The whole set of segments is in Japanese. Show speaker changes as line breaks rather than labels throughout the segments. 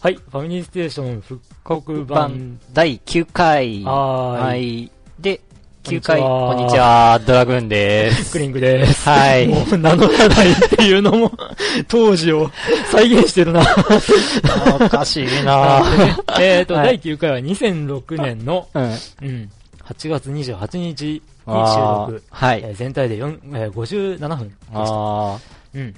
はい、ファミリーステーション復刻版。
第9回。
はーい
い。で、
こんに
9
ちは
回、こんにちは、ドラグーンで
ピ
す。
ックリングです。
はい
もう名乗らないっていうのも、 当時を再現してるな。
おかしいな
えっと、
はい
第9回は2006年の、
うん。に
うん、8月28日に収録。
は
え
い。
ー全体で4、えー57分でした。
あ
うん。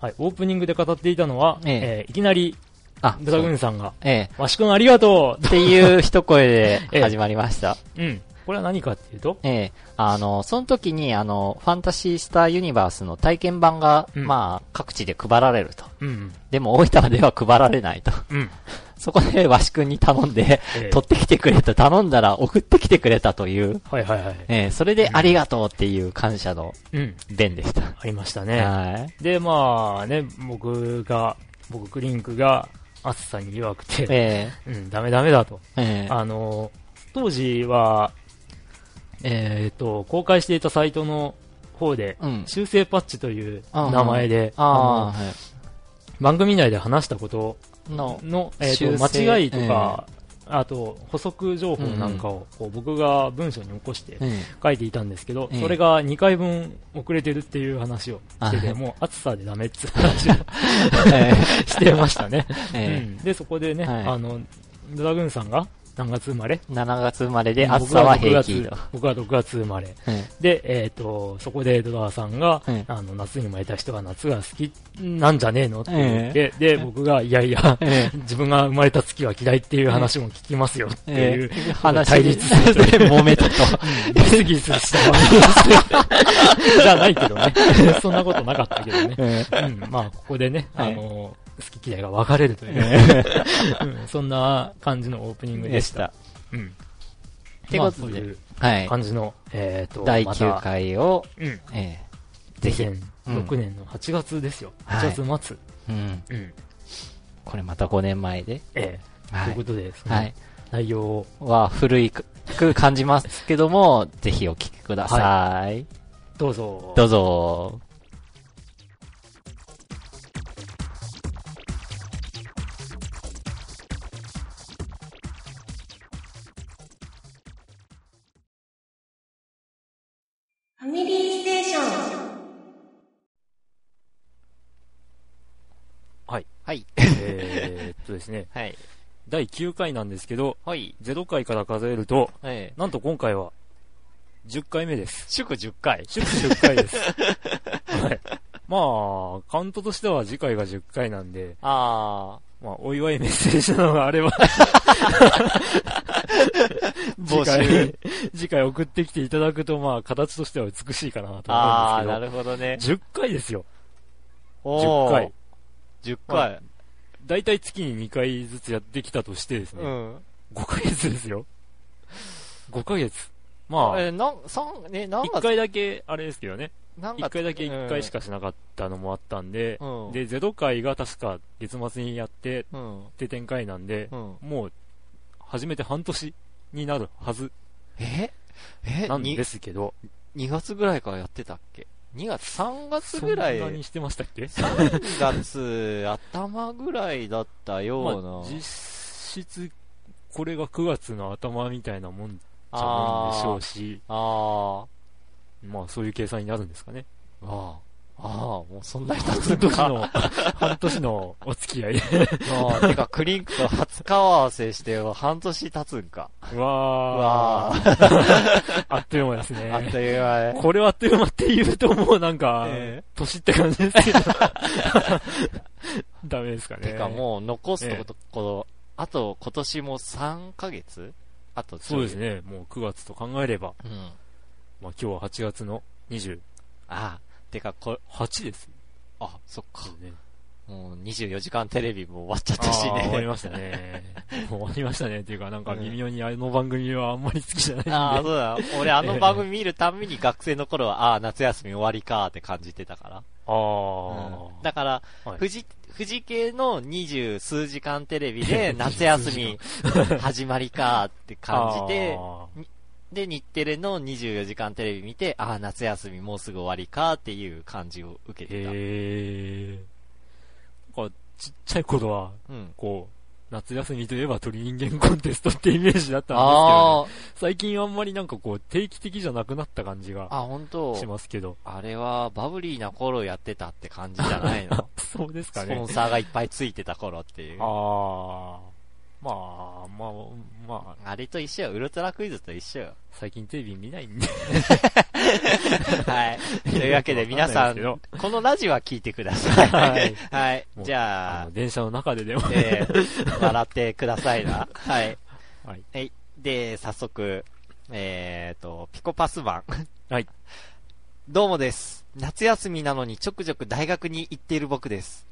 はい、オープニングで語っていたのは、
え
え
え
ーいきなり、
ーあ、
ドラグーンさんが、
え
わしくんありがと
え。っていう一声
ええ
で始まりました。
ううん。これは何かっていうと、
ええ。あの、その時に、あの、ファンタシースターユニバースの体験版が、
うん
まあ、各地で配られると。
うん。
でも、大分では配られないと。
うん。
そこで、わしくんに頼んで、
えー
取ってきてくれた、頼んだら送ってきてくれたという、
はいはいはい。
ええ、それでありがとうっていう感謝の
うん。
弁でした。
ありましたね。
はい。
で、まあね、僕が、僕、クリンクが、暑さに弱くて、
え
うん、ダメダメだと。
えええ
あの、当時は、えーっと、公開していたサイトの方で、
うん。
修正パッチという名前で、
あ
あの
あ、は
番組内で話したこと
い。の、
の、えーっと
修正
間違いとか、あと補足情報なんかをこう僕が文章に起こして
うん。
書いていたんですけど、
ええ
それが2回分遅れてるっていう話をしてて、
あ
もう暑さでダメって話を
え
してましたね。
え
う
え
んで、そこでね、
はい
あの、ドラグーンさんが何月生まれ
え7月生まれで暑さは平気と。
僕は6月僕は6月生まれ。
え
で、えっ、と、そこでドラーさんが、
ええ
あの、夏に生まれた人は夏が好きなんじゃねえのって言って、で、僕が、いやいや、
え
自分が生まれた月は嫌いっていう話も聞きますよっていう、
ええ話
対立する
で揉めたと。
ギスギスした話 です。じゃないけどね。そんなことなかったけどね。
え
うん、まあ、ここでね、あ
はい
の、好き嫌いが分かれるという、
え
うんそんな感じのオープニング
で
で
し
した。
た。
うん。って
ことで
いう
はい。
感じの、えっ、と、
第
ま
9
た
回を、
うん。
ええぜひ。
2006年の8月ですよ。
はい
8月末。
うん。
うん。
これまた5年前で。
ええ
は
というこ
い。
とで、そ
は
の
い。
内容を、
は、古いくく感じますけども、ぜひお聞きください。
どうぞ。
どうぞ。
ファミリーステーション。
はい。
えーっとですね、
はい。
第9回なんですけど、
はい。
0回から数えると、
ええ。
なんと今回は、10回目です。
祝10回。
祝10回 です。はい。まあ、カウントとしては次回が10回なんで、
あ
まあ、お祝いメッセージなのがあれば、
ー、
次
募
回
集。、
次回送ってきていただくと、まあ、形としては美しいかなと
あ
思う
ー、
んですけど。
なるほどね。
10回ですよ。10
おー
回。。
10
は
回。
だいたい月に2回ずつやってきたとしてですね。
うん。
5ヶ月ですよ。5ヶ月。まあ、
え、なん、三、ね、何
1
月
回だけ、あれですけどね。
何月
1回だけ1回し。かしなかったのもあったんで
う、ん。
で、ゼロ回が確か月末にやって、
うん。
って展開なんで、
うん。
もう、始めて半年になるはず
ええ
なん
に
ですけど、
2月ぐらいからやってたっけ ?2 月、3月
そ
ぐ
ん
ら、
ないにしてましたっけ
3月頭ぐらいだったような。
まあ実質、これが9月の頭みたいなもんじゃないんでしょ
あ
うし、
あ
まあそういう計算になるんですかね。
ー、ああ、ああ、もうそんなに経
半
つん
年
か。
の、半年のお付 き合い。
ああてか、クリンクと初顔合わせして半年経つんか。
うわ
わ
ー。あっという間です
あ、あっ
ね。
という間ね。
これはあっという間って言うともうなんか、
え
年って感じです けど。ダメですかね。
てかもう残すとこと、このあと今年も3ヶ月あとち
そう
ょい
です。ね。もう9月と考えれば、
うん。
まあ今日は8月の28
ああ、てかこれ、
です
あ、そっか。
よね。
もう24時間テレビも終わっちゃっ
あ
たし
ー
ね。
終わりましたね。 もう終わりましたね。っていうかなんか微妙にあの番組はあんまり好きじゃないんで。
ああ、そうだ。俺あの番組見るたんびに学生の頃は、ああ、夏休み終わりかーって感じてたから。
あ
だから、
はい
富士、富士系の二十数時間テレ ビで夏休み始まりかーって感じて、
あ
で、日テレの24時間テレビ見て、ああ、夏休みもうすぐ終わりかーっていう感じを受
ー
けてた。
へえ。なんかちっちゃい頃は、
うん。
こう、夏休みといえば鳥人間コンテストってイメージだったんですけど、ね、
あ
最近あんまりなんかこう定期的じゃなくなった感じ
あ、
が
あ、本当
しますけど。
あれはバブリーな頃やってたって感じじゃない の
そうですか
ス
ね。
ポンサーがいっぱいついてた頃っていう。あ
あー、まあ、まあ、まあ、
れと一緒よ。ウルトラクイズと一緒よ。
最近テレビ見ないんで。
はい。 というわけで皆さん、
よ
このラジオは聞いください。
はい。
はい。
もう
じ
あ
ゃあ
の、電車の中ででも。
えー笑ってくださいな。はい。
はい。
で、早速、えーと、ピコパスマン。
はい。
どうもです。夏休みなのにちょくちょく大学に行っている僕です。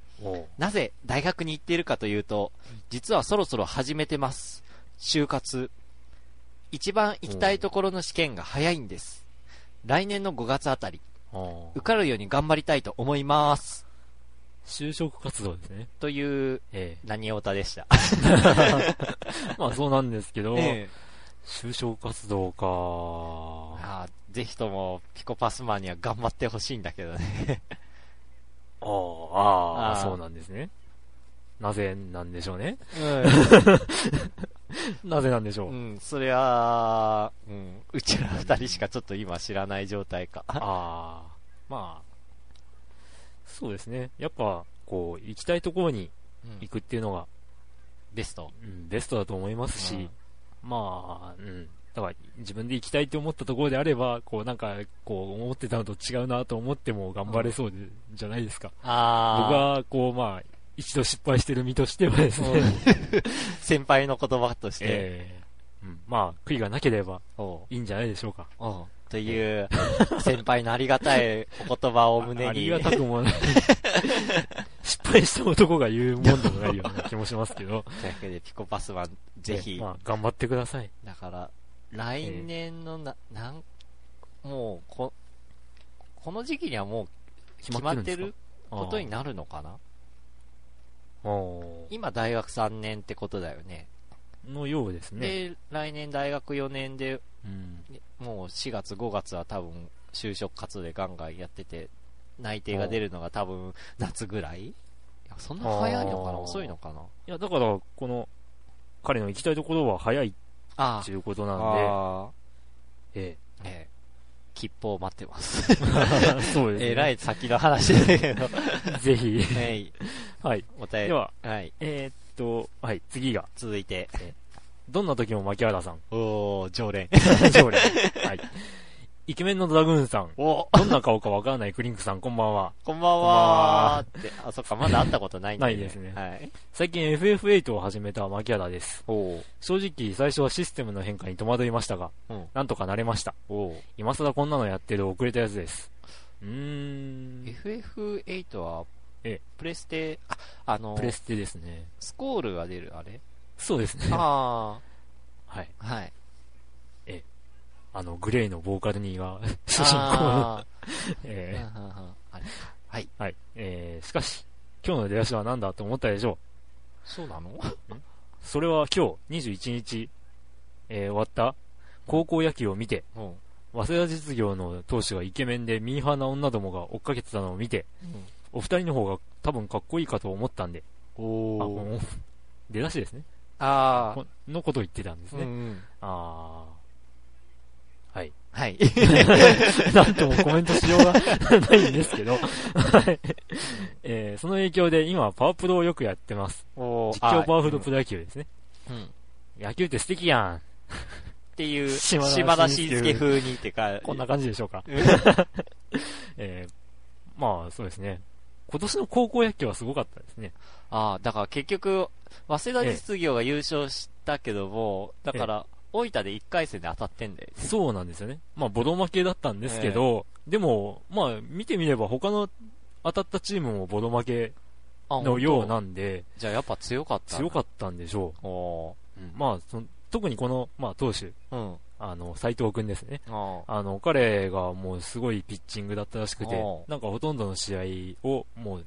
なぜ大学に行っているかというと、実はそろそろ始めてます。就活。一番行きたいところの試験が早いんです。来年の5月あたり、
お
受かるように頑張りたいと思います。
就職活動ですね。
という、
え
何オタでした。
え。まあそうなんですけど、
ええ
就職活動か。
あーぜひとも、ピコパスマンには頑張ってほしいんだけどね。
あーあ
あ
ー、
ー
そうなんですね。なぜなんでしょうね。なぜなんでしょう。
うん、それは、うん、うちら二人しかちょっと今知らない状態か。
ああ、まあ、そうですね。やっぱ、こう、行きたいところに
うん
行くっていうのが、
ベスト。
うん、ベストだと思いますし、まあ、うん。だから、自分で行きたいと思ったところであれば、こう、なんか、こう、思ってたのと違うなと思っても頑張れそうで、じゃないですか。僕
あ
は、こう、まあ、一度失敗してる身としてはですね、
先輩の言葉として、
ええうん、まあ、悔いがなければ
おう
いいんじゃないでしょうか。
おうという、先輩のありがたいお言葉を胸
あり
に
が、たく もない。失敗した男が言うもんでもないような気もしますけど。
というわけでピコパスマン、ぜひ、
まあ、頑張ってください。
だから、来年のな、なん、もう、こ、この時期にはもう決まってることに
な
なるのかな
お
今大学3年ってことだよね。
のようですね。
で、来年大学4年で、
うん。
もう4月、5月は多分、就職活動でガンガンやってて、内定が出るのが多分、夏ぐらいいやそんな早いのかな
あー
遅いのかない
や、だから、この、彼の行きたいところは早いっ
あ
ていうことなん
あ
で、え
ー、ええ切符を待ってます。
え そうですね。
えらい先の話だけど。
ぜひ。
はい。
はい。
お便
で
り。
は、
はい。
えーっと、はい、次が、
続いて。
どんな時も牧原さん。
おー、常連。
常連はい。イケメンのドラグーンさん。
お
どんな顔かわからないクリンクさん、こんばんは。
こんばんはーって。あ、そっか、まだ会ったことないんだ、
ないですね
はい。
最近 FF8 を始めた牧原です。
おー。
正直、最初はシステムの変化に戸惑いましたが、
うん
なんとか慣れました。
おー。
今更こんなのやってる遅れたやつです。うーん。
FF8 は
ええ、
プレステ、あ、あの
プ、レステですね。
スコールが出る、あれ
そうですね。
あ
はい。
あ、はい。
あの、グレイのボーカルには、 主人公の、
あーうん
え
うんうんあれはい。
ーはい。えー、しかし、今日の出だしは何だと思ったでしょ
そうなの
う。それは今日、21日、えー終わった、高校野球を見て、
うん。う
早稲田実業の投手がイケメンでミーハーな女どもが追っかけてたのを見て、
ん
お二人の方が多分かっこいいかと思ったんで、あ
おー。
もう出だしですね。
あ
このことを言ってたんです
あ、う
ね。
ん。
あー。はい。
はい。
なんともコメントしようがないんですけど、はいえーその影響で今はパワープロをよくやってます。
お
実況パワフル
プ
プロ野球ですね。
うん。っ
野球って素敵や
ていう、
島田
島田
紳
紳
介
介風にってか
ん。、こんな感じでしょうか。
うん
えーまあそうですね。今年の高校野球はすごかったですね。
ああ、だから結局、早稲田実業が優勝したけども、だから、大分で1回戦で当たってんだよね。
そうなんですよね。まあボロ負けだったんですけど、でも、まあ見てみれば他の当たったチームもボロ負け
あ
のよう。なんで、
じゃあやっぱ強かった。
強かったんでしょ
た。お
う。うんまあその特にこの、まあ投手、
ー。うん。
あの、斎藤くんですね。
あ
あの、彼がもうすごいピッチングだったらしくて
お、う
なんかほとんどの試合をもう、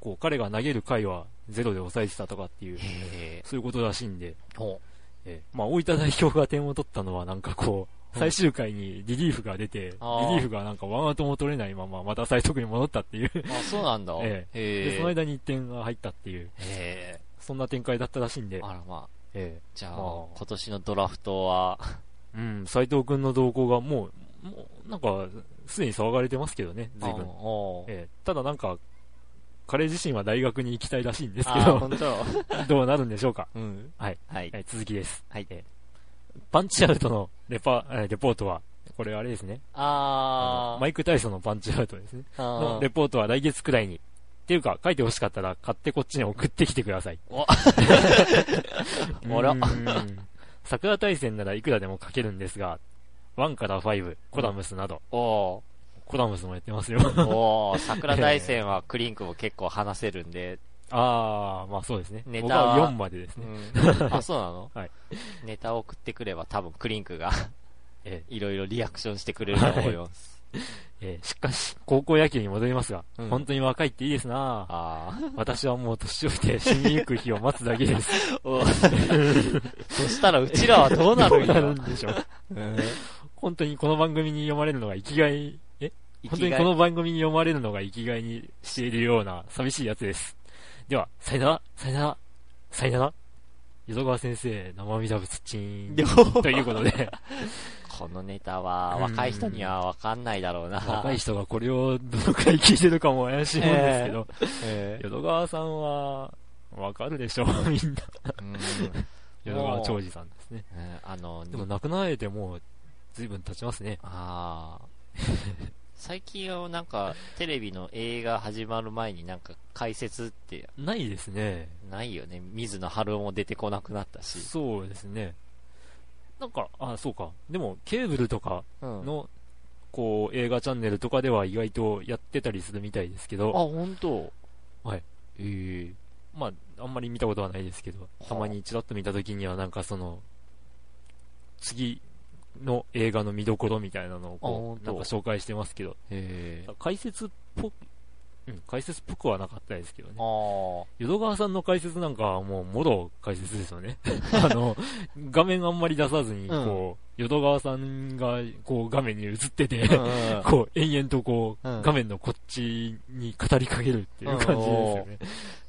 こう、彼が投げる回はゼロで抑えてたとかっていう
ー。、へ
そういうことらしいんで、
ーお
えーまあ、大分代表が点を取ったのはなんかこう、
うん
最終回にリリーフが出て、リリ
あー
ーフがなんかワンアウトも取れないまま、また最速に戻ったっていう、
あ、そうなんだ。
え
へえ。
で、その間に1点が入ったっていう、
へえ。
そんな展開だったらしいんで、
あらまあ。
え
じゃ
ま
あ、
あ
今年のドラフトは、
えうん、斎藤君の動向がもう、もうなんか、すでに騒がれてますけどね、 随分。
おー
ええただなんか、彼自身は大学に行きたいらしいんですけ
あー、
ど、
本当
どうなるんでしょうか。
うん。
はい。
はい
は。い、続きです。
はい。
パンチアウトのレパ、えーレポートは、これあれですね。
あー。
マイク・タイソンのパンチアウトですね。
あ
の
ー
レポートは来月くらいに。っていうか、書いて欲しかったら買ってこっちに送ってきてください。
お
あ
ら。
桜大戦ならいくらでも書けるんですが、1から5、コラムスなど、
お
コラムスもやってますよ。
ー。おー。桜大戦はクリンクも結構話せるんで、
あー、まあそうですね。
ネタ
僕は4までです
う
ね。
ん。あ、そうなの
はい。
ネタを送ってくれば多分クリンクが
え
いろいろリアクションしてくれると思います。
えーしかし、高校野球に戻りますが、
うん
本当に若いっていいですなぁ
あ
私はもう年老いて死にゆく日を待つだけです。
ー。おーそしたらうちらはどうなるん
どうな
や
るんでしょう。
うん
本当にこの番組に読まれるのが生きがい、え
生
本
き
当
がい
にこの番組に読まれるのが生きがいにしているような寂しいやつです。では、さよなら、さよなら、さよなら。淀川先生、生身だぶつちん。ということ で、
このネタは若い人にはわかんないだろうな。
若い人がこれをどのくらい聞いてるかも怪しいもんですけど、
えー
淀川さんは、わかるでしょう、みんな。
うん
淀川 長治さんですね。
うんあの、
でも亡くなられてもう、随分経ちますね。
ああ。最近はなんか、テレビの映画始まる前になんか解説って
ないですね。
ないよね。水野晴夫も出てこなくなったし。
そうですね。なんか、あ、そうか。でも、ケーブルとか
うん。あ、
の、こう、映画チャンネルとかでは意外とやってたりするみたいですけど、
本当
はい。
ええ
まあ、あんまり見たことはないですけど、たまにちらっと見た時には、なんかその、次の映画の見どころみたいなのを
あ
こ
本
う、
当
なんか紹介してますけど、
ええ
解説っぽく、うん、解説っぽくはなかったですけどね。
あ
淀川さんの解説なんかはもう、もろ解説ですよ ね。あの、画面あんまり出さずに、こう、淀川さんが、こう、画面に映ってて、
あ。
こう、延々とこう、
うん
画面のこっちに語りかけるっていう感じですよね。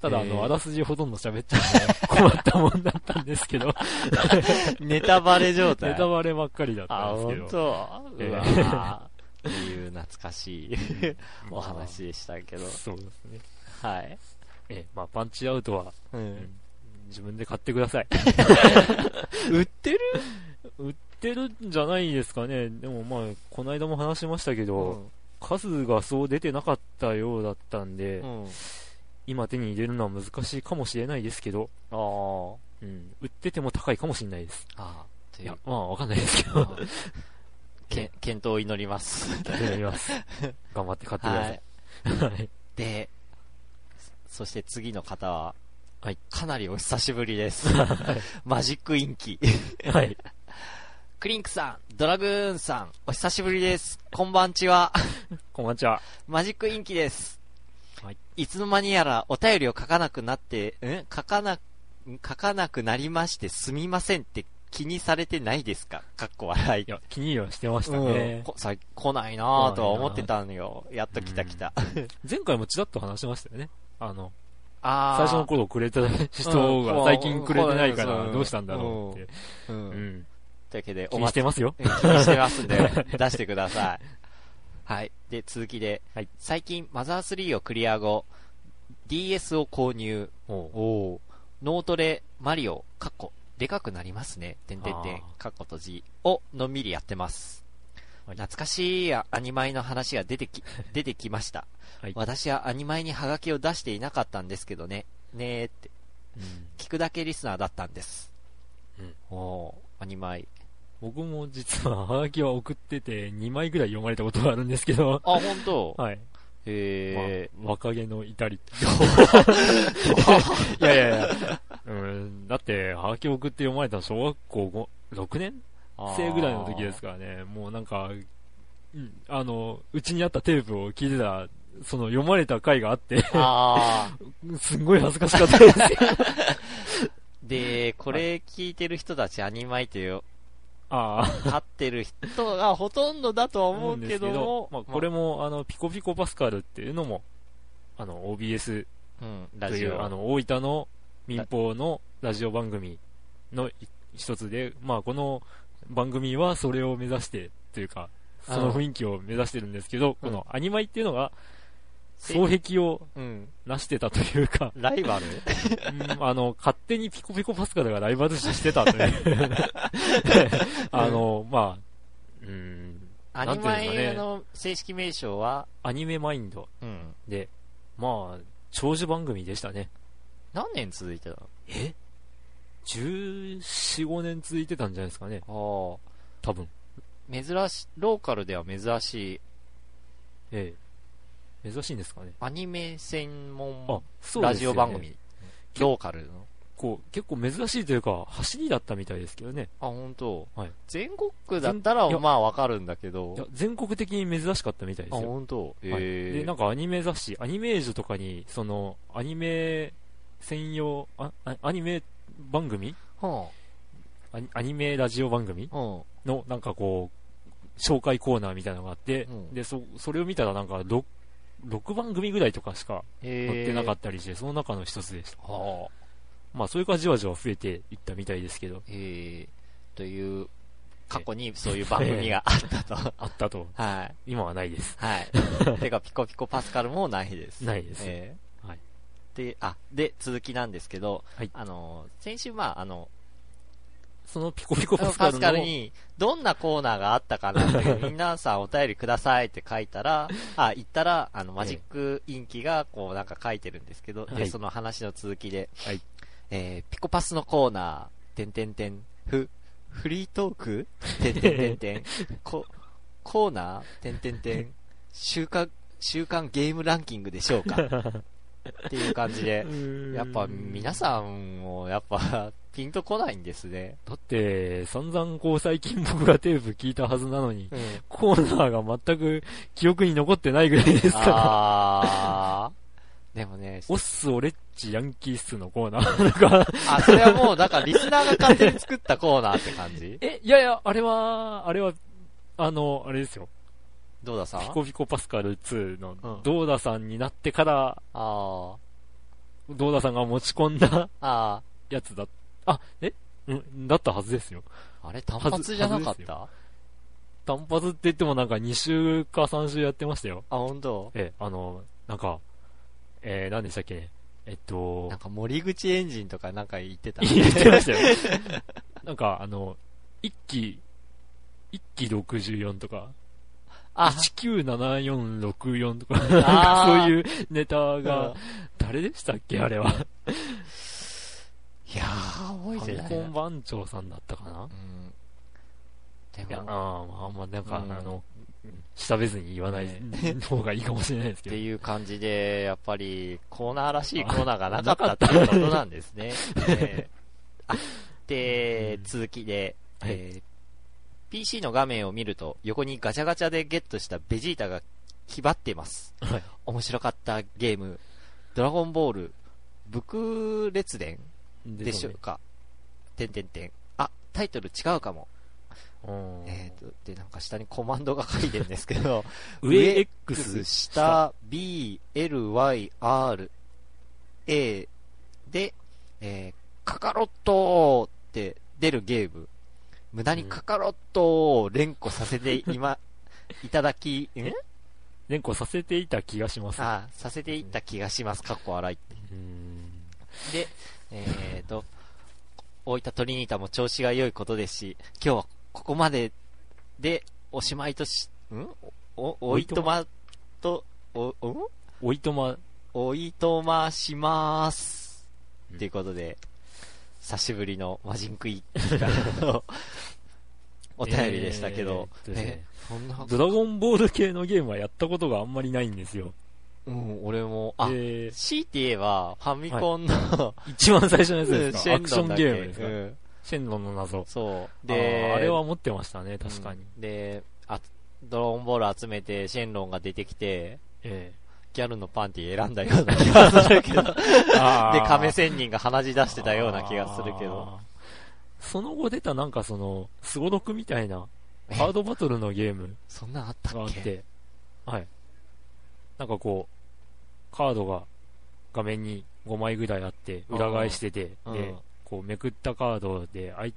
ただ、あ
へ
の、
ー
あらすじほとんど喋っちゃ うんで、困ったもんだったんですけど、
ネタバレ状態。
ネタバレばっかりだった
あ、
んですけ
本
ど。
当
ええ
うわーっていう懐かしい
まあ
お話でしたけど。
そうですね。
はい。
ええ、まあ、パンチアウトは
うん。
自分で買ってください。
売ってる
売ってるんじゃないですかね。でもまあ、この間も話しましたけど、数がそう出てなかったようだったんで、
うん。
今手に入れるのは難しいかもしれないですけど、
あー
うん、売ってても高いかもしれないです。
あー。と
い
いう
や、まあわかんないですけ
あ
ど、
け健闘を祈ります。
やります。頑張って買ってくだ
は
さ
い
い。。はい。
で、そして次の方は、
はい
かなりお久しぶりです。マジックインキ。
はい。
クリンクさん、ドラグーンさん、お久しぶりです。こんばんちは。
こんばんちは。
マジックインキです。
はい。
いつの間にやらお便りを書かなくなって、ん書かな、ん書かなくなりましてすみませんって気にされてないですかかっこ笑い
い。や、気に入りはしてました
うん
ね。
こさ来ないなぁとは思ってたのよ。やっと来た来た。
前回もちらっと話しましたよね。あの、
あー
最初の頃くれた人
うん
が最近くれてないか
う
ら
ん
どうしたんだろうって。
う。
うんん。
というわけで、
気にしてますよ。
気にしてま すんで、出してください。はい。で、続きで、
はい
最近、マザー3をクリア後、DS を購入。
おう
お脳トレ、マリオ、カッコ、でかくなりますね。てんてんてん
あ、
カッコとじをのんびりやってます。
はい
懐かしいアニマイの話が出 てき、出てきました。
はい
私はアニマイにハガキを出していなかったんですけどね。ねーって。
うん
聞くだけリスナーだったんです。
うん
おーアニマイ。
僕も実はハガキは送ってて2枚ぐらい読まれたことがあるんですけど、
あ、本 当。
はい。
へ
まあ若気の至り。
え。いやいやいや。
うん、だって、ハガキ送って読まれたの小学校5 6年生ぐらいの時ですからね、もうなんか、うんあの、うちにあったテープを聞いてた、その読まれた回があって、
ああ。
すんごい恥ずかしかった ですよ。
で、これ聞いてる人たち、アニマイという、
ああ、
飼ってる人がほとんどだとは思うけども、
まあ、これも、あの、ピコピコパスカルっていうのも、あの、OBS
まあ、うん、
と
ラ
い
ジ
う、
オ。
あの、大分の、民放のラジオ番組のい一つで、まあ、この番組はそれを目指してというか、その雰囲気を目指してるんですけど、
うん
このアニマイっていうのが、双璧を
うん。
なしてたというか、
ラ イバル
うんあの、勝手にピコピコパスカルがライバル視してたという。 あの、まあ、うん、
ア
なん
ニ
ていうん
マ
ですかね
イの正式名称は、
アニメマインド
うん。
で、まあ、長寿番組でしたね。
何年続いてた
え ?14、5年続いてたんじゃないですかね。
のあ
多分。
あ。珍し、ローカルでは珍しい
ええ。珍しいんですかね。
アニメ専
あ
門、
そうですよね
ラジオ番組。ローカルの。
こう、結構珍しいというか、走りだったみたいですけどね。
あ、本当。
はい
全国区だったら
全いや
まあわかるんだ
い
け
や
ど。、
全国的に珍しかったみたいで
あ、
すよ。
本当。
はい
ええ
で、なんかアニメ雑誌、アニメージュとかに、その、アニメ専用、ああアニメ番組
は
アニアニメラジオ番組
あ、うん。
の、なんかこう、紹介コーナーみたいなのがあって、
うん
で、そ、それを見たらなんか6、6番組ぐらいとかしか
ええ
載ってなかったりして、その中の一つでした。
はあ。
まあ、それからじわじわ増えていったみたいですけど、
ええという、過去にそういう番組があったと。
あったと、
はい。
今はないです。
はい。てか、ピコピコパスカルもないです。
ないです
ええ
はい
で、あ、で、続きなんですけど、
はい
あの、先週、まあ、あの、
そのピコピコパ
パ
スカル
ス
の、
カルに、どんなコーナーがあったかなっていう、みんなさんお便りくださいって書いたら、あ、言ったら、あの、マジックインキが、こう、なんか書いてるんですけど、
は
で、
い
その話の続きで、
はい
えーピコパスのコーナー、てんてんてん、ふ、フリートークてんてんてんてん、こ、コーナーてんてんてん、週刊、週刊ゲームランキングでしょうかっていう感じで
う、ーん
やっぱ皆さんも、やっぱ、ピンとこないんですね。
だって、散々こう最近僕がテープ聞いたはずなのに、
うん。
コーナーが全く記憶に残ってないぐらいですから、
あー。でもね、
オッス、オレッチ、ヤンキースのコーナー なんか、
あ、それはもう、だからリスナーが勝手に作ったコーナーって感じ
え、いやいや、あれは、あれは、あの、あれですよ、
どうださん
ピコピコパスカル2の
うん、
ドーダさんになってから、
あー。
ドーダさんが持ち込んだ
あ
やつだ、あ、えうん、だったはずですよ。
ー。あれ、単発じゃなか
は
っ
ずです
た
単発って言ってもなんか2週か3週やってましたよ。
あ、本当。
え、あの、なんか、えー、何でしたっけね。えっと
なん、か森口エンジンとかなんか言ってた。
言ってました よ。なんか、あの、1期、1期64とか、
あ、
197464とか、なん
あー
かそういうネタ
うん
が、誰でしたっけあれは。
いやー、
フ
覚えて
ァ
な
ミ
い
コ
な。
ン番長さんだったかな
う
い
ん。で
や、あー
も、っ
まあ、まあ、なんか、
うん
あの、調べずに言わない方がいいかもしれないですけ
て
ど。
いう感じで、やっぱり、コーナーらしいコーナーがなかったっていうことなんですね。えーあ、で
う、ん
続きで、
はい
えー PC の画面を見ると、横にガチャガチャでゲットしたベジータが気張っています。
はい
面白かったゲーム、ドラゴンボール、武空列伝でしょうか。てんてんてん。あ、タイトル違うかも。
うん
えーと、で、なんか下にコマンドが書いてるんですけど、
上
X
X、
下 B、L、Y、R、A で、えーカカロットって出るゲーム。無駄にカカロットを連呼させて今、いただき、ん
連呼させていた気がします。
あさせていった気がします。かっこ笑い。
うん
で、えーと、大分トリニータも調子が良いことですし、今日はここまででおしまいとし、んお、おおいとまと、お、ん
おいとま、
おいとましまーす。
うん
ということで、久しぶりのマジンクイ ッのお便りでしたけど、
えーっとね
そんな、
ドラゴンボール系のゲームはやったことがあんまりないんですよ。
うん、俺も、あ、
で、
強いて言えば、ファミコンの、
一番最初のやつ
う
で
ん
す
シ
か、
ェ
ア
ン
クショ
ロン
ン
だっけ
ゲームですか、
うん
シェンロンの謎。
そう。
で
で、
ああれは持ってましたね、確かに。
うんで、あ、ドラゴンボール集めて、シェンロンが出てきて、
え
ギャルのパンティ選んだような気がするけど、 で、
え あー
亀仙人が鼻血出してたような気がするけど、
あー。その後出たなんかその、スゴロクみたいな、ハードバトルのゲーム
そんなんあった
があ
っ
っ
け
て、はい。なんかこう、カードが、画面に5枚ぐらいあって、裏返してて、
うん
で、こうめくったカードで、あい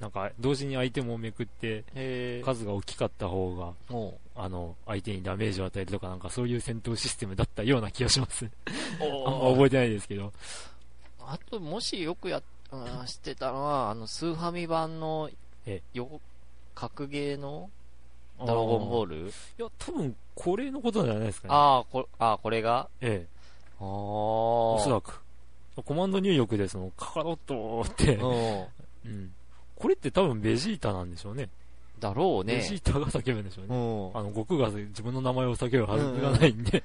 なんか同時に相手もめくって、
へ
数が大きかった方が、
ーおう
あの、相手にダメージを与えるとか、なんかそういう戦闘システムだったような気がします。あんま覚えてないですけど。
あと、もしよくやっ、うんしてたのは、あの、スーファミ版の
え、
よ、格ゲーのドラゴンボ
ール。
ール
いや、多分、これのことじゃないですかね。
ああ、こ、あーこれが
ええ。
ああ。
おそ
お
らく。コマンド入力で、その、カカロットって、
うん。
うん。これって多分ベジータなんでしょうね。
だろう
ベ
ね
ジ。ータが叫ぶんでしょう
う
ね。
ん。
あの、悟空が自分の名前を叫ぶはずがないんで。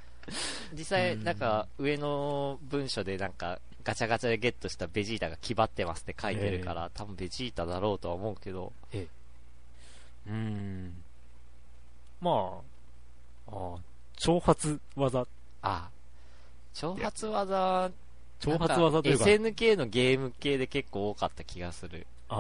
実際、
うん
なんか、上の文書でなんか、ガチャガチャでゲットしたベジータが気張ってますって書いてるから、多分ベジータだろうとは思うけど。
うーん。まあ、ああ、挑発技。
ああ。挑発技、
挑発技というか、あ
SNK のゲーム系で結構多かった気がする。
あ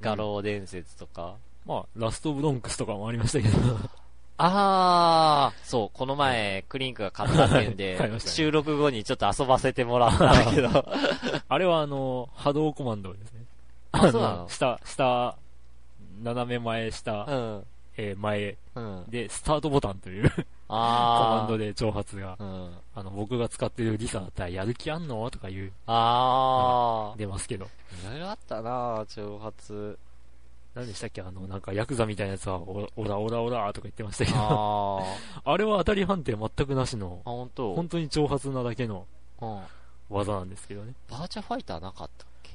ー、
画廊伝説とか。
まあ、ラストブロンクスとかもありましたけど、
あー、そう、この前、クリンクが買った件 で、
買いましたね
収録後にちょっと遊ばせてもらったんだけど、
あれはあの、波動コマンドですね。
あそうなの
下、下、斜め前
う
下、
ん、
えー前
うん。
で、スタートボタンというコマ
あー、
ンドで挑発が、
うん。
あの、僕が使ってるリサだったらやる気あんのとか言う、
あー、
出ますけど。
いろいろあったな挑発。
何でしたっけあの、なんかヤクザみたいなやつは、オラオラオラオラとか言ってましたけ
あー、
ど、
あ、
あれは当たり判定全くなしの、
ほんと、
本当に挑発なだけの
うん。
技なんですけどね。
バーチャファイターなかったっけ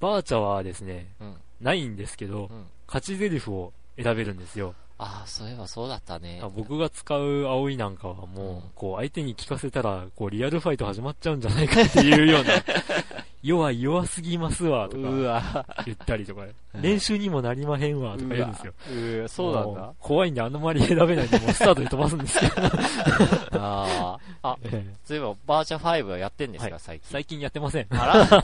バーチャはですね、
うん
ないんですけど、
うん
勝ち台詞を選べるんですよ。
あー、そういえばそうだったね。
僕が使う葵なんかはもう、
うん
こう相手に聞かせたら、こうリアルファイト始まっちゃうんじゃないかっていう ような、弱い弱すぎますわと
う
か
わ、
言ったりとか、練習にもなりまへんわとか言うんですよ。
うわそうなん
も
だ。
怖いんであんまり選べないんで、もうスタートで飛ばすん ですけど。
あー、あ、
ええ
そういえばバーチャ5はやってんですか、
は
最近。
最近やってません。
あら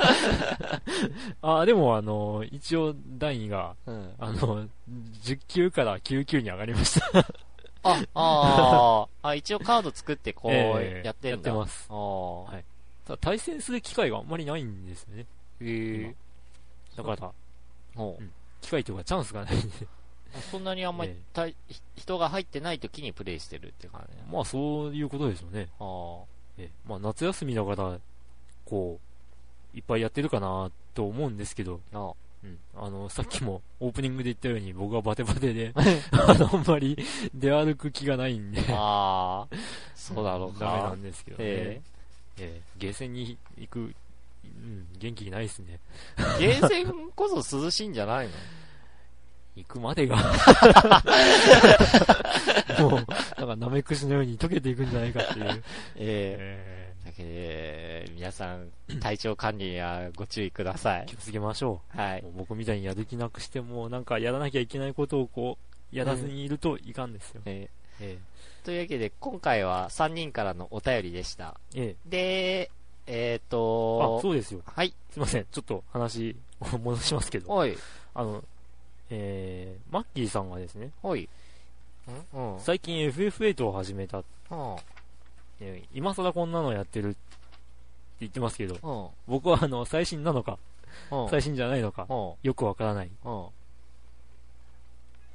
あ、でもあの、一応段位が、
うん。
あの、10級から9級に上がりました。
あ、あ ーあ、一応カード作ってこう
ええ
やってんだ。
やってます
ああ、
はいただ対戦する機会があんまりないんですよね。
へえ
だから、
ほう
機会というかチャンスがないんで。
そんなにあんまり
ええ
たい、ひ人が入ってない時にプレイしてるって感じね。
まあそういうことでしょうね。
あー
ええまあ夏休みだから、こう、いっぱいやってるかなと思うんですけど、
あー
うん、あの、さっきもオープニングで言ったように僕はバテバテ で、あの、あんまり出歩く気がないんで、
あー、そうだろう
ダメな
か。
んですけどね。え
え
えゲーセンに行く、うん、元気ないですね。
えゲーセンこそ涼しいんじゃないの
行くまで が、もう、なんかなめくじのように溶けていくんじゃないかっていう。
え
え
えだけど、ええ皆さん、体調管理にはご注意くださ
ー、
い
気。をつけましょ
は
う。
い
も。う僕みたいにやる気なくしても、なんかやらなきゃいけないことをこう、やらずにいるといかんですよ。
え
え
えというわけで、今回は3人からのお便りでした。
ええ
で、え
え
っ、と
あ、そうですよ。
はい。
すいません。ちょっと話を戻しますけど、
おい、
あの、えー、マッキーさんがですね、
おい。んうん。
最近 FF8 を始めた、
うん。
えー今更こんなのやってるって言ってますけど、
うん。
僕はあの、最新なのか、
うん。
最新じゃないのか、
うん。
よくわからない。
うん。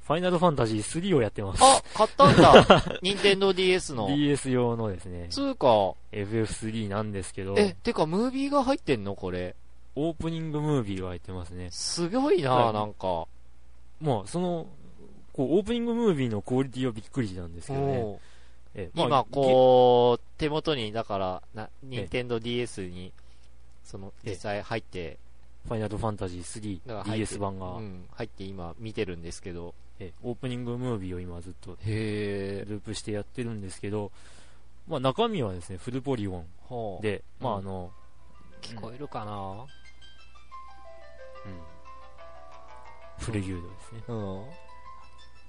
ファイナルファンタジー3をやってます。
あ、買ったんだ。 任天堂 DS の。
DS 用のですね、
つうか、
FF3 なんですけど、
え、てか、ムービーが入ってんのこれ。
オープニングムービーが入ってますね。
すごいな、
はい
なんか。
まあ、その、こう、オープニングムービーのクオリティはびっくりなんですけどね。
うん
えまあ
今、こう、手元に、だから、な、任天堂 DS に、その、
ええ
実際入って、
ファイナルファンタジー
だか
3、
ら入って
DS 版が、
うん、入って今見てるんですけど。
えオープニングムービーを今ずっと
へ
ループしてやってるんですけど、まあ、中身はですね、フルポリゴン
え。ほう。
で、まあ、
うん
あの、
聞こえるかな
うんフルギルドですね。
うん。うん。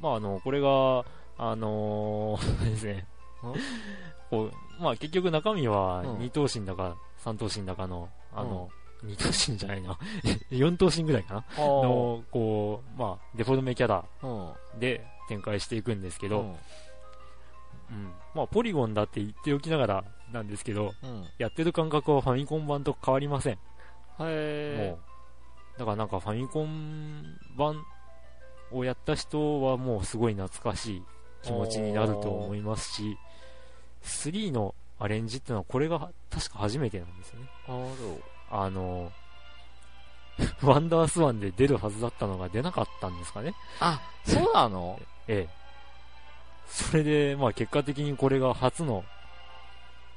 まあ、あの、これが、あ のーですね
ん、
こう、まあ、結局中身は
うん
二等身だか三等身だかの、あの、二等身じゃないな、 四等身ぐらいかな、の、こう、まあ、デフォルメキャラ
うん。
で展開していくんですけど、
うん
まあ、ポリゴンだって言っておきながらなんですけど、
うん。うん。
やってる感覚はファミコン版と変わりません。
へ
もう。だからなんかファミコン版をやった人はもうすごい懐かしい気持ちになると思いますし、3のアレンジってのはこれが確か初めてなんですよね。
え。なる
あの、 ワンダースワンで出るはずだったのが出なかったんですかね。
あ、そうなの
ええ。それで、まあ結果的にこれが初の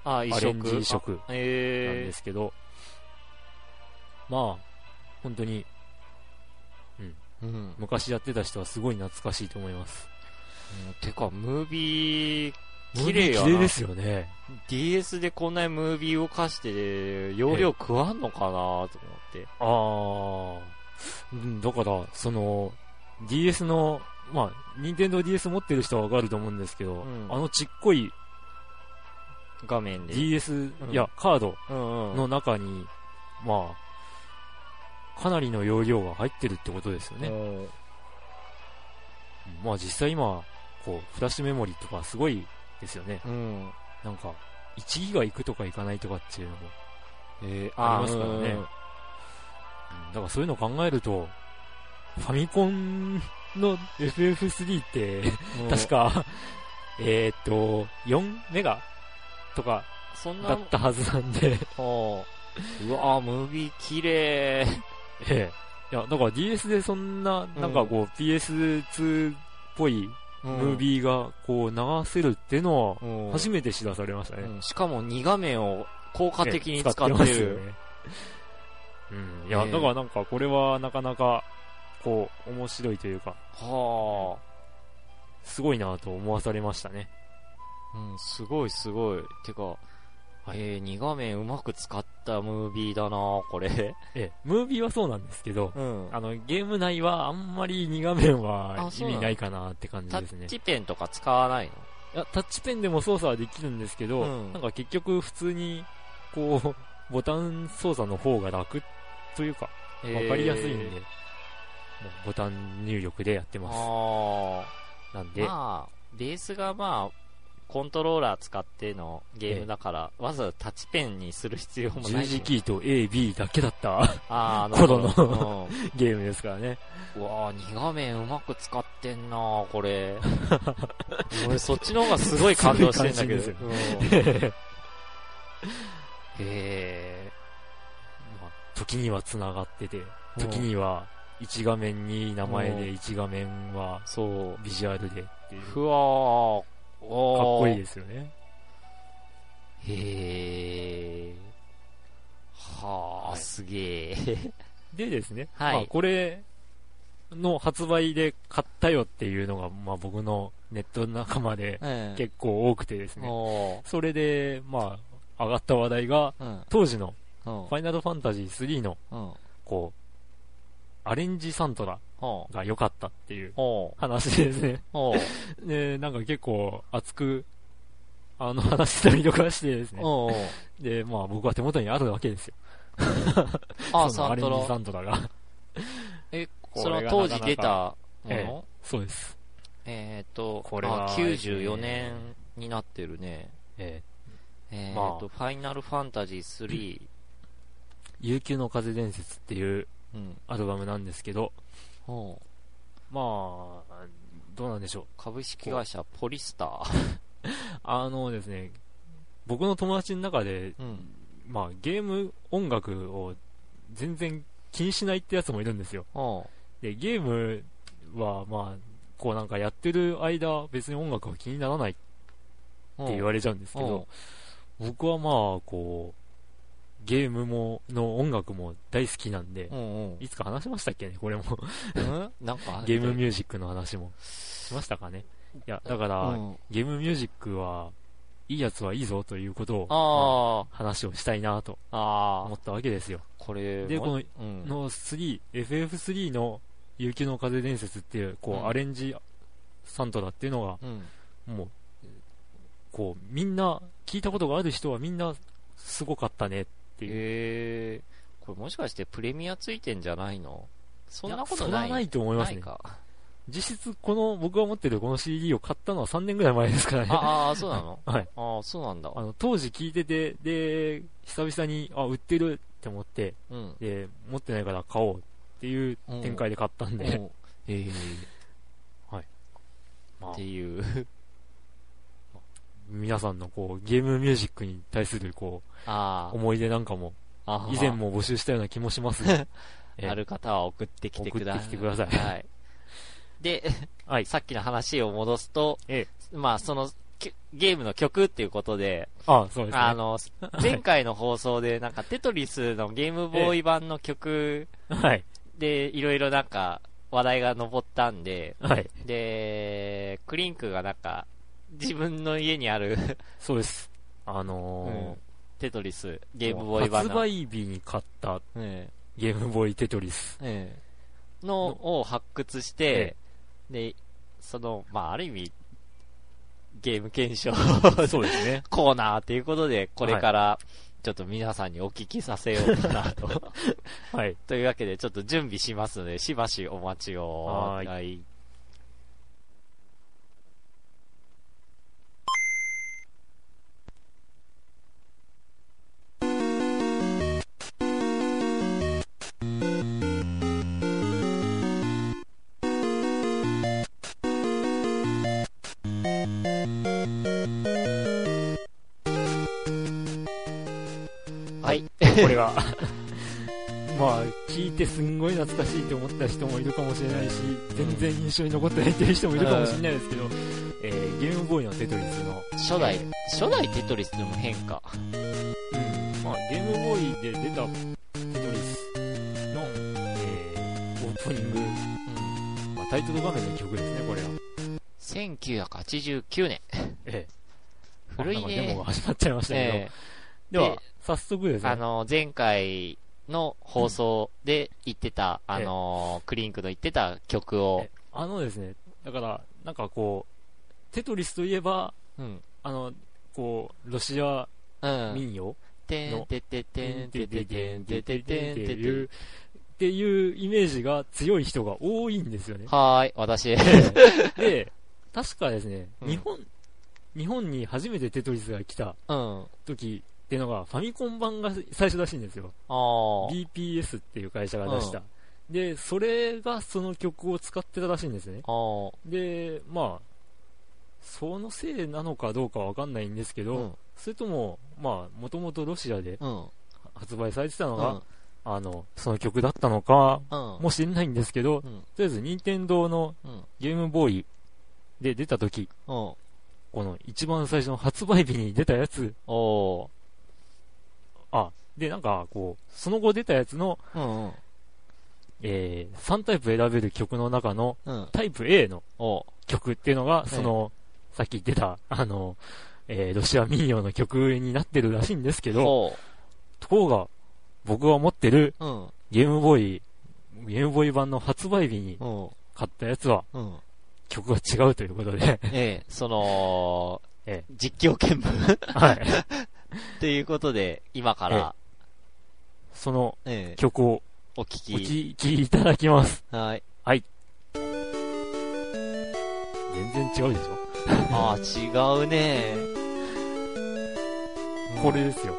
あ、移
ア
植。
レンジ移植
あ。
なん
え
で
え。
すけど、まあ、本当に
うん。
昔やってた人はすごい懐かしいと思います。
てか、ムービー、綺麗やな
綺麗ですよね。
DS でこんなにムービー動かして、容量食わんのかなと思って。
あー。うん、だから、その、DS の、まあ、任天堂 DS 持ってる人はわかると思うんですけど、
うん
あのちっこい
画面で。
DS、いや、カード
うんうん。
の中に、まあ、かなりの容量が入ってるってことですよね。
ね。
まあ実際今、こう、フラッシュメモリーとかすごいですよね。
うん。
なんか、1ギガ行くとか行かないとかっていうのも。
えー、
ありますからね
うん
うんだからそういうのを考えると、ファミコンの FF3 って、
うん
確か、 えーっと、4メガとか
そんな
だったはずなんで、
おううわぁ、ムービー綺麗。
ええ。いや、だから DS でそんな、なんかこう、PS2 っぽい
ム
ムービーがこう流せるっていうのは、
ー
初めて知らされましたね。
しかも2画面を効果的に使って
ええ
る。
ますよね。うん。いや、
ええ
だからなんかこれはなかなか、こう、面白いというか、
は
すごいなと思わされましたね。
ぁ、うん、すごいすごい。てか、えー、2画面うまく使ったムービーだなぁ、これ。
ええ、ムービー はそうなんですけど、
うん。
あの、ゲーム内はあんまり2画面は
あそ
意
うな
味
の
ないかなって感じ
タ
ですね
ッ。チペンとか使わない
いや、タッチペンでも操作はできるんですけど、
うん
なんか結局普通に、こう、ボタン操作の方が楽というか、
の
わかりやすいんで、
え
も
ー
うボタン入力でやってます。
あ
なん
ー
で、
まあ、ベースがまあ、コントローラー使ってのゲームだから、わざわざタッチペンにする必要もな
十
い。
字キーと A、B だけだった
あー、
頃
の、うん
ゲームですから ね。
うわぁ、2画面うまく使ってんなぁ、これ。俺そっちの方がすごい感動してんだけど。
すご
うんへ
まあ時には繋がってて、時には1画面に名前
う
で、1画面は
ぇそ
ビジュアルでっていうか
う。
っ
ふわぁ。かっ
こ
こ
いいですよね。
す。へぇはぁ、
はい
すげぇ。
でですね、
はい
まあこれの発売で買ったよっていうのが、まあ僕のネットの仲間で
うん
結構多くてですね、
構
それで、まあ上がった話題が、
うん。うん。
当時の
うん
ファイナルファンタジー3の、
うん。
こう、アレンジサントラ
うん。
が良かったっていう
うん。
話でですね。
うん。
で、なんか結構熱く、あの、話したりとかしてですね。
うん。
で、まあ僕は手元にあるわけですよ。
あ、
その
サ
ア
ン
レン
ト
ジサ
ラ。
ントラが。
え、
こ
そ
れが
の
なかなか
当時出たも
え
の
そうです。
えっと、
これは
あ94年になってるね。
え
えっ、
まあ
と、ファイナルファンタジー3。
ー悠久の風伝説っていう
うん。
アルバムなんですけど、
ほう
まあ、どうなんでしょ
株式会社ポリスター。
う。あのですね、僕の友達の中で、
うん。
まあゲーム音楽を全然気にしないってやつもいるんですよ。
ほ
で、ゲームはまあ、こうなんかやってる間別に音楽は気にならないっ
う
て言われちゃうんですけど、僕はまあ、こう、ゲームも、の音楽も大好きなんで
う、んうん。
いつか話しましたっけね、これも。
うんなんか、
ゲームミュージックの話も。しましたかね。いや、だから、
うん
ゲームミュージックは、いいやつはいいぞということを、まあ
あ
話をしたいなと
あ、あ
思
あ、
ったわけですよ。
これ、
で、この、
うん、
の3、FF3 の、悠久の風伝説っていう、こ
うん
う、アレンジサントラっていうのが、
うん。
もう、こう、みんな、聞いたことがある人はみんな、すごかったねっていう。
えー、これもしかしてプレミアついてんじゃないのそんなこと
やそれ
な
はいないと思います
な
ね
い。か。
実質この、僕が持ってるこの CD を買ったのは3年ぐらい前ですからね。あ
ああ、そうなの
はい。
ああ、そうなんだ。
の、当時聞いてて、で、久々に、あ、売ってるって思って、
うん。
で、持ってないから買おうっていう展開で買ったんで、
おうええ
まあ
っていう。
皆さんのこう、ゲームミュージックに対するこう、
あ
思い出なんかも、
あ。
以前も募集したような気もし ますがえ
ある方は送ってきてくださ
送っ
い。
てきてください
はい。で、
はい
さっきの話を戻すと、
え
まあ、その、きゲームの曲っていうことで、
あそうですね。
あの、前回の放送で、なんか、テトリスのゲームボーイ版の曲
はい。
で、いろいろなんか、話題が上ったんで、
はい。
で、クリンクがなんか、自分の家にある
そうです。あの
テトリス、
ー
ゲームボーイ版
発
の、
売日に買った
うん
ゲームボーイテトリ ス。
ええのを発掘して、で、その、まあ、ある意味、ゲーム検証
そうですね。
コーナーということで、これから、ちょっと皆さんにお聞きさせようかなと。
はい。
というわけで、ちょっと準備しますので、しばしお待ちを。
はーい
はい。はい。
これが。 まあ、聞いてすんごい懐かしいと思った人もいるかもしれないし、全然印象に残ってないっていう人もいるかもしれないですけど、えーゲームボーイのテトリスの、
初代、初代テトリスでも変化。
まあ、ゲームボーイで出たテトリスの、えーオープニング、まあ、タイトル画面の曲ですね、これは。
1989年。
ええ
古い
あなんかデモ
ね
が。始まっちゃいましたけど。
え
では
で、
早速です
えあ
ね。
の、前回の放送で言ってた、
ん
あの、クリンクの言ってた曲を
え、あのですね、だから、なんかこう、テトリスといえば、
うん。
あの、こう、ロシア
うん。
民謡
てん
の
てててんてててんてててん
って
てて
いう、っていうイメージが強い人が多いんですよね。
はーい、私。
で、確かですね、
うん
日本、日本に初めてテトリスが来た
うん。
時っていうのが、ファミコン版が最初らしいんですよ。
あー
BPS っていう会社が出した。で、それがその曲を使ってたらしいんですね。
あー。
で、まあ、そのせいなのかどうかわかんないんですけ
う
ど、
ん。
それとも、まあ、もともとロシアで
うん。
発売されてたの
う
が、
ん。
あの、その曲だったのか
うん。
もしれないんですけど、と
うん。
りあえず、任天堂の
うん。
ゲームボーイで出た時、
うん。
この一番最初の発売日に出たやつ、
おー。
あ、で、なんか、こう、その後出たやつの、
うん。うん
えー、3タイプ選べる曲の中の、
うん。
タイプ A の
おー。
曲っていうのが、その、さっき出た、あの、えー、ロシア民謡の曲になってるらしいんですけど、
おー。
ところが、僕が持ってる
うん。
ゲームボーイ、ゲームボーイ版の発売日に
うん。
買ったやつは
うん。
曲が違うということ で、
ええ、その、
え
実況見分
はい。
ということで、今から、
その
ええ、
曲を
お
お
聞き。
聴きいただきます。
はい。
全然違うでしょ、
ああ、違うね。
これですよ。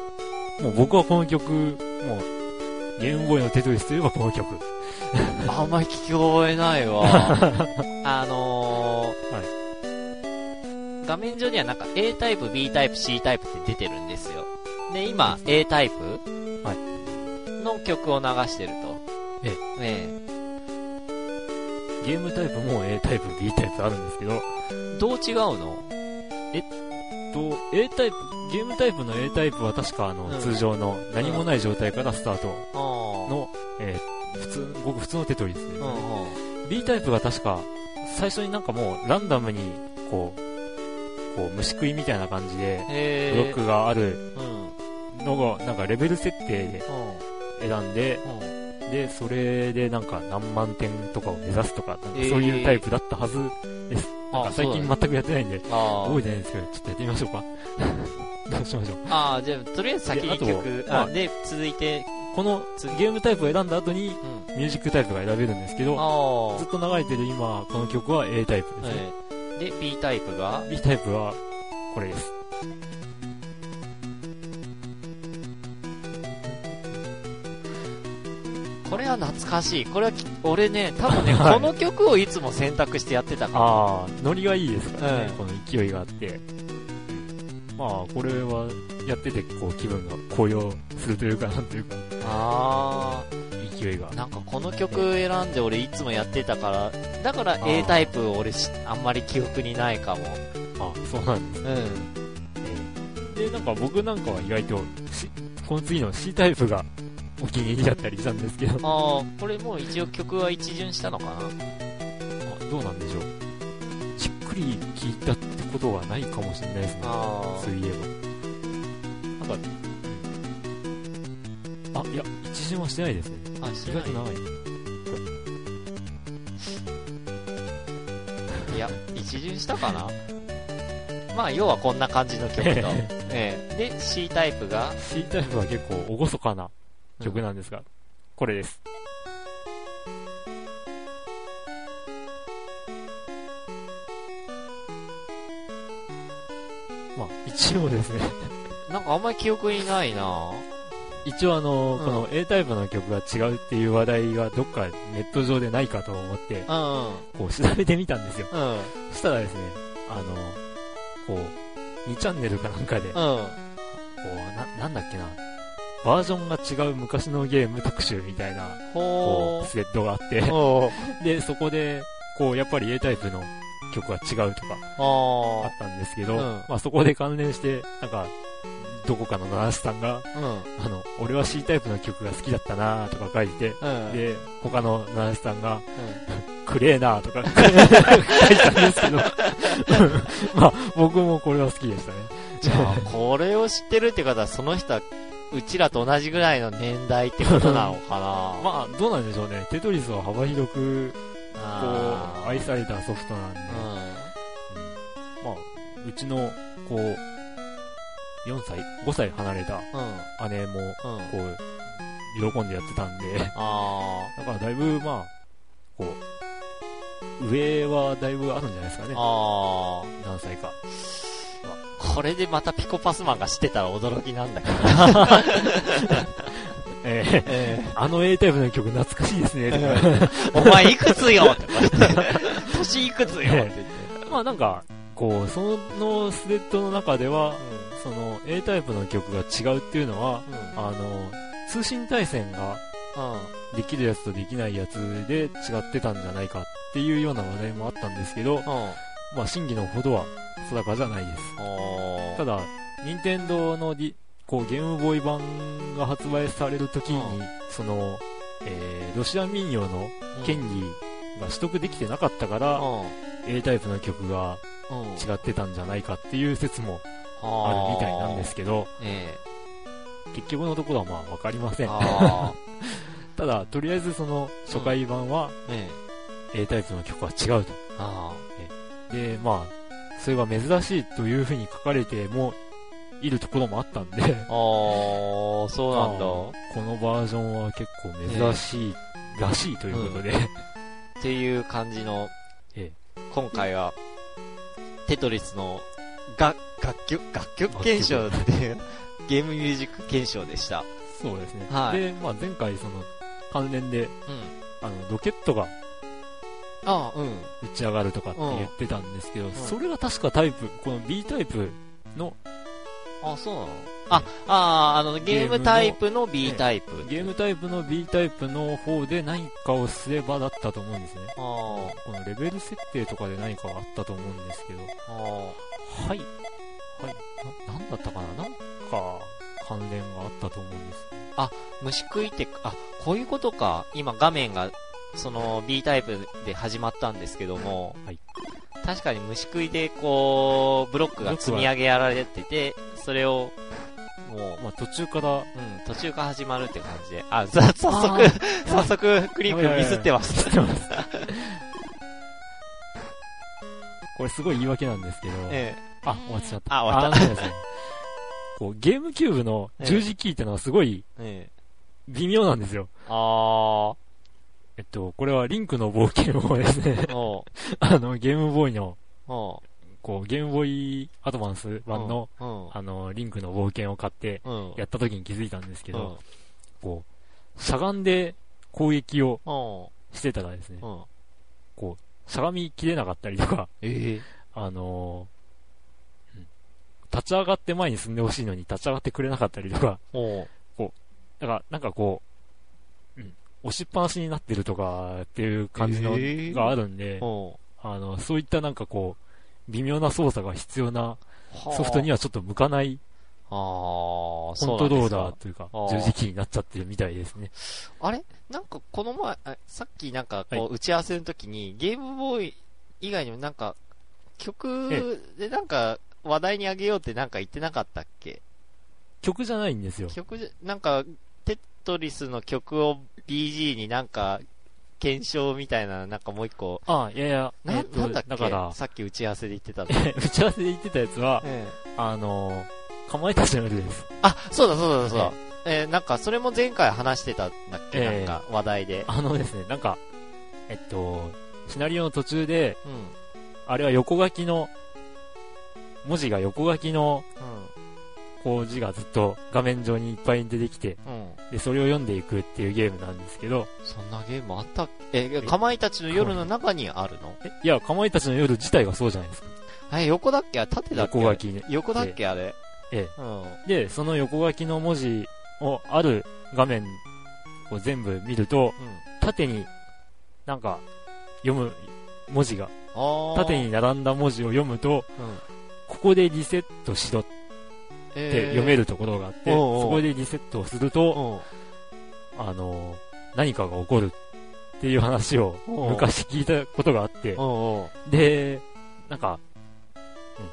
もう僕はこの曲、もう、ゲームボーイのテトリスといえばこの曲。
あんまり聞き覚えない わ。あのー
は
画面上にはなんか A タイプ、B タイプ、C タイプって出てるんですよ。で、今、A タイプ
は
の曲を流してると。
え
え
ゲームタイプも A タイプ、B タイプあるんですけど、
え。どう違うの
と A タイプ、ゲームタイプの A タイプは確かあの、
うん
通常の何もない状態からスタート
あ
の、えー普通、ごく普通のテトリスですね、
あ。うんうん。
B タイプが確か、最初になんかもうランダムに、こう、こう虫食いみたいな感じで、ブロッ
え
クがある
え。うん。
のが、なんかレベル設定で
うん。
選んで、
うん。
で、それでなんか何万点とかを目指すとか、なんかそういうタイプだったはずです。なんか最近全くやってないんで、
あ
覚えてないんですけど、ちょっとやってみ ましょうか。どうしましょう。
ああ、じゃあ、とりあえず先
であ
に
と
曲、
ま
あ
あ
で、続いて、
このゲームタイプを選んだ後に
うん。
ミュージックタイプが選べるんですけ
あ
ど、
あ
ずっと流れてる今、この曲は A タイプですね。
はい。で、B タイプが、
B タイプはこれです。
これは懐かしい。これはき、俺ね、多分ね、
はい
この曲をいつも選択してやってたから。
ああ、ノリがいいですからね、
うん
この勢いがあって。まあ、これはやってて、こう、気分が高揚するというか、なんというか、
あ
勢いが
ー。なんかこの曲選んで俺いつもやってたから、だから A タイプ俺しあんまり記憶にないかも。
あ、そうなんで
うん。
すね。で、なんか僕なんかは意外と、C この次の C タイプがお気に入りだったりしたんですけど、
ああ、これもう一応曲は一巡したのかな
あどうなんでしょう。しっくり聞いたってことはないかもしれないですね。
あ
そういえば。なんか、あ、いや、一巡はしてないですね。
あ。あ、し
意
な
外と長い。
い。いや、一巡したかなまあ、要はこんな感じの 曲と。ええで、C タイプが、
C タイプは結構厳かな曲なんですが、これです。まあ、一応ですね。
なんかあんまり記憶にないな
一応あの、
うん
この A タイプの曲が違うっていう話題がどっかネット上でないかと思って、
うんうん。
こう調べてみたんですよ。
うん。
そしたらですね、あの、こう、2チャンネルかなんかで、こ
うん。
う、な、なんだっけな、バージョンが違う昔のゲーム特集みたいな、こ
ほ
う、スレッドがあっ
ー。
て、
ほー。
で、そこで、こう、やっぱり A タイプの曲は違うとかあ
あ
ったんですけど、
うん
まあそこで関連して、なんか、どこかのナースさんが、
あ。うん。
あの、俺は C タイプの曲が好きだったなーとか書いて、
うん。
で、他のナースさんが、
う
くれーなーと か書いたんですけど、 まあ僕もこれは好きでしたね。
ん、じゃあ、これを知ってるって方は、その人は、うちらと同じぐらいの年代ってことなのかな
ま
ま
あどうなんでしょうね、テトリスは幅広く、こう、愛
ス。
されたソフトなんで、
う
まあ、うちの、こう、4歳、5歳離れた
ん。うん。
姉も、
うん。
こう、喜んでやってたんで、
あ
だからだいぶ、まあ、こう、上はだいぶあるんじゃないですかね
ー。、あ
何歳か。
ー。これでまたピコパスマンが知ってたら驚きなんだけど。
え え あの A タイプの曲懐かしいですね、とか
お前いくつよって言 って。年いくつよって言って。
まあなんか、こう、そのスレッドの中では、その A タイプの曲が違うっていうのは、
うん。
あの、通信対戦が
うん。
できるやつとできないやつで違ってたんじゃないかっていうような話題もあったんですけど、
うん。
まあ真偽のほどは定かじゃないです。
お
た
ー。
だ、任天堂のディこうゲームボーイ版が発売されるときに、
う
その、えーロシア民謡の権
う
利が取得できてなかったから、
ん。
A タイプの曲が
うん。
違ってたんじゃないかっていう説もあ
あ。
るみたいなんですすけど、
え
結局のところはまあわかりませ
え。
ん。
あー。
ただ、とりあえずその初回版は
ええ。
A タイプの曲は違うと。
あ
で、まあ、それが珍しいというふうに書かれてもいるところもあったんで、
ー。あー、そうなんだ。
このバージョンは結構珍しいらしいということで、
っていう感じの、
え
今回は、テトリスのが楽曲、楽曲検証っていう、ゲームミュージック検証でした。
そうですね。
はい
で、まあ前回その関連で、
うん。
あの、ロケットが
ああ、うん。
打ち上がるとかって言ってたんですけど、それが確かタイプ、この B タイプの
あ、そうなのあ、あー、あの、ゲームタイプの B
ゲームの
タイプ。
ゲームタイプの B タイプの方で何かをすればだったと思うんですね。
あ
このレベル設定とかで何かがあったと思うんですけど、
ーあ
はい。はい。な、なんだったかななんか、関連があったと思うんです。
ー、虫食いって、あ、こういうことか。今画面が、その B タイプで始まったんですけども、
はい
確かに虫食いでこう、ブロックが積み上げやられてて、それを、もう、
まあ途中から、
うん、途中から始まるって感じで。あ、ざ早
あ
速、早速、クリックミスってます。
これすごい言い訳なんですけど、
え
あ、終わっちゃった。
あ終わった
あのですねこう、ゲームキューブの十字キーってのはすごい
え、え
微妙なんですよ。
あ
えっと、これはリンクの冒険をですね、
ー、おう、
あの、ゲームボーイの、
お
こう、ゲームボーイアドバンス
う、
版の、
うん、
あの、リンクの冒険を買って、
うん、
やった時に気づいたんですけ
うん、
ど、こう、しゃがんで攻撃を
うん、
してたらですね、
うん、
しゃがみきれなかったりとか、
ええ
あのーうん立ち上がって前に進んでほしいのに立ち上がってくれなかったりとか、
おう、
だから、なんかこう、うん、押しっぱなしになってるとかっていう感じの、
えー
があるんで、
おう
あの、そういったなんかこう、微妙な操作が必要な
はあ
ソフトにはちょっと向かない
あー
コ
そ
ン
うな
ト
んで
ロ
す
ーラー
か
というか
あ、ー
十字キーになっちゃってるみたいですね。
あれなんかこの前、あさっきなんかこ
は
う打ち合わせの時に、ゲームボーイ以外にもなんか、曲でなんか話題にあげようってなんか言ってなかったっけ
曲じゃないんですよ。
曲じゃ、なんか、テトリスの曲を BG になんか、検証みたいな、なんかもう一個、
あいやいや、え
な
っと
なんだっけ
だから、
さっき打ち合わせで言ってたの。
打ち合わせで言ってたやつは、
え
あのー、かまいたちの夜です。
えあ、そうだそうだそうだ。えーなんかそれも前回話してたんだっけ、
ええ
なんか話題で。
あのですね、なんか、えっと、シナリオの途中で、
うん。
あれは横書きの、文字が横書きの、こう字がずっと画面上にいっぱい出てきて、
うん。うん。
で、それを読んでいくっていうゲームなんですけど、
そんなゲームあったっけえ、かまいたちの夜の中にあるの
えいや、かまいたちの夜自体がそうじゃないですか。
え、横だっけあ縦だっけ
横書きね。
横だっけあれ。
え
うん。
で、その横書きの文字をある画面を全部見ると、
うん。
縦になんか読む文字が、
あー
縦に並んだ文字を読むと、
うん
ここでリセットしろっ
え
て
ー
読めるところがあって、
おうおう
そこでリセットをする
う
と、
ん。
あのー何かが起こるっていう話を
おう
昔聞いたことがあって
う、んうん。
で、なんか、うん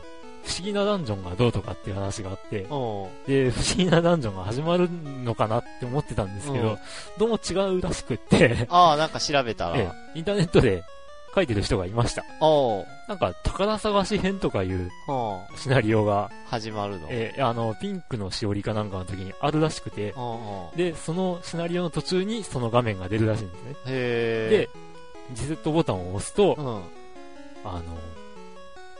不思議なダンジョンがどうとかっていう話があって、
うん。
で、不思議なダンジョンが始まるのかなって思ってたんですけ
うん
ど、どうも違うらしくって、
ああ、なんか調べたら。
ええインターネットで書いてる人がいました。
おう
なんか、宝探し編とかいう
うん。
シナリオが、
始まるの。
ええあの、ピンクのしおりかなんかの時にあるらしくて、
うんうん。
で、そのシナリオの途中にその画面が出るらしいんですね。
へ
で、リセットボタンを押すと
え。、うん。
あの、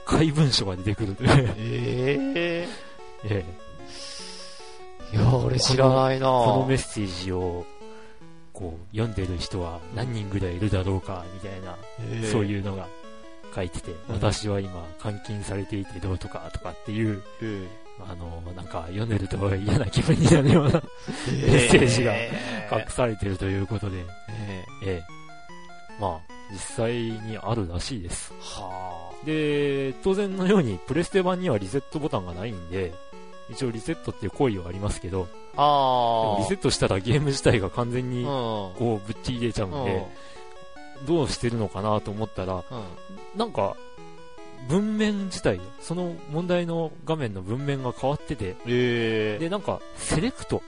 怪文書が出てくるという。
え
ええ
え。いや、俺知らないな
このメッセージを、こう、読んでる人は何人ぐらいいるだろうか、みたいな、そう
う。
いうのが書いてて、
ん
私は今、監禁されていてどうとか、とかっていう、
え
あの、なんか、読んでると嫌な気分になるような
え
メッセージが
え
隠されてるということで、
え
ええ。まあ、実際にあるらしいです。
は
で、当然のように、プレステ版にはリセットボタンがないんで、一応リセットっていう行為はありますけど、
あ。ああ。
リセットしたらゲーム自体が完全に、
うん。
こうぶっちぎれちゃうんで、どうしてるのかなと思ったら、
うん。うん。
なんか、文面自体、その問題の画面の文面が変わってて、
ええ。
で、なんか、セレクト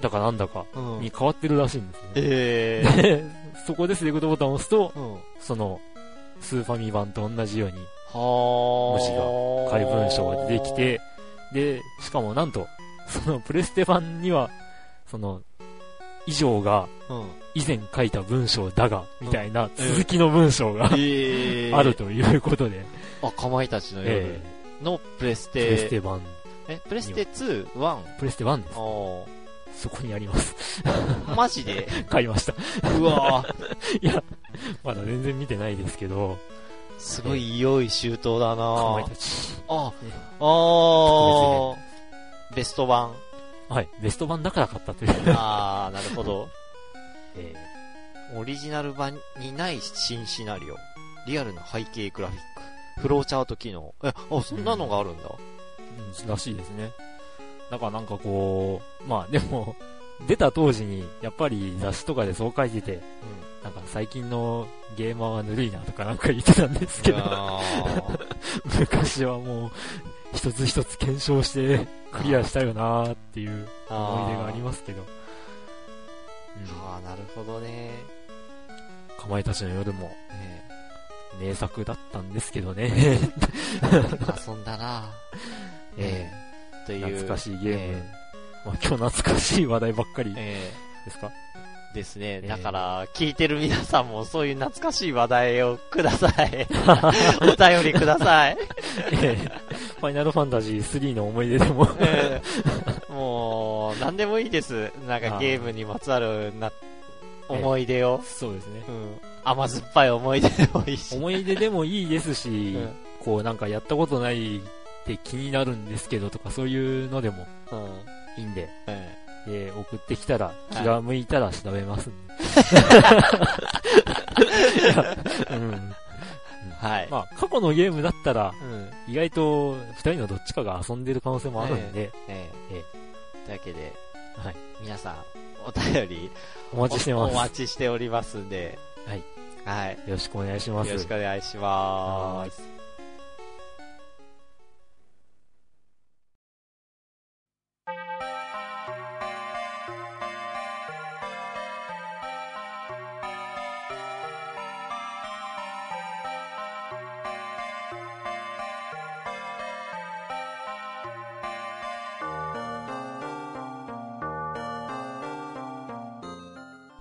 だかなんだか
うん
に。変わってるらしいんですね。
え え。
で、そこでセレクトボタンを押すと、
うん。は
その、スーファミ版と同じように、
あ。文
字
が
怪文書が出てきて、で、しかもなんと、 そのプレステ版には、その、以上が、
うん。
以前書いた文章だが、みたいな続きの文章が、
え え。
ある。ということで、
あ、かまいたちの夜
え
のプレス
えプレス
テ。
テ版、
え、プレステ 2?1? あ
プレステ1で
あ。
す。そこにあります。
マジで
買いました。
うわ ぁ、
まだ全然見てないですけど、
すごい良い周到だな
かまい
ぁ
た。ち。
あ
ね、
あー、ベスト版。
はい、ベスト版だから買ったという。
あー、なるほど。
え
オリジナル版にない新シナリオ。リアルな背景グラフィック。フローチャート機能。え、あ、そんなのがあるんだ。
ーうんらしいですね。だからなんかこう、まあでも、出た当時に、やっぱり雑誌とかでそう書いてて、なんか最近のゲーマーはぬるいなとかなんか言ってたんですけ
うん。
ど、
あー
昔はもう、一つ一つ検証してクリアしたよなーっていう思い出がありますけど。うん
あー、なるほどね。
かまいたちの夜も
ね
名作だったんですけど ね。
遊んだなぁ。ええという。
懐かしいゲーム。
え
まあ今日懐かしい話題ばっかり
ええ
ですか
ですね。
えー
だから、聞いてる皆さんもそういう懐かしい話題をくださ い。お便りください。
ええファイナルファンタジー3の思い出でも
えー もう、なんでもいいです。なんかゲームにまつわるな、
えー
思い出を。
そうですね
うん。甘酸っぱい思い出でもいい し。
思い出でもいいですし、
うん
こうなんかやったことないって気になるんですけどとかそういうのでも
うん。
いいんで、
え
で送ってきたら気が向いたら調べますんで、いやうん
ーはい。
まあ過去のゲームだったら
うん。
意外と2人のどっちかが遊んでる可能性もあるんで、
えー
え
というわけで、
はい
皆さん、お便り
お待ちしてます
おお
よ
待ちしておりますんで。
はい。
はい。
ろしくお願いします
よろしくお願いします。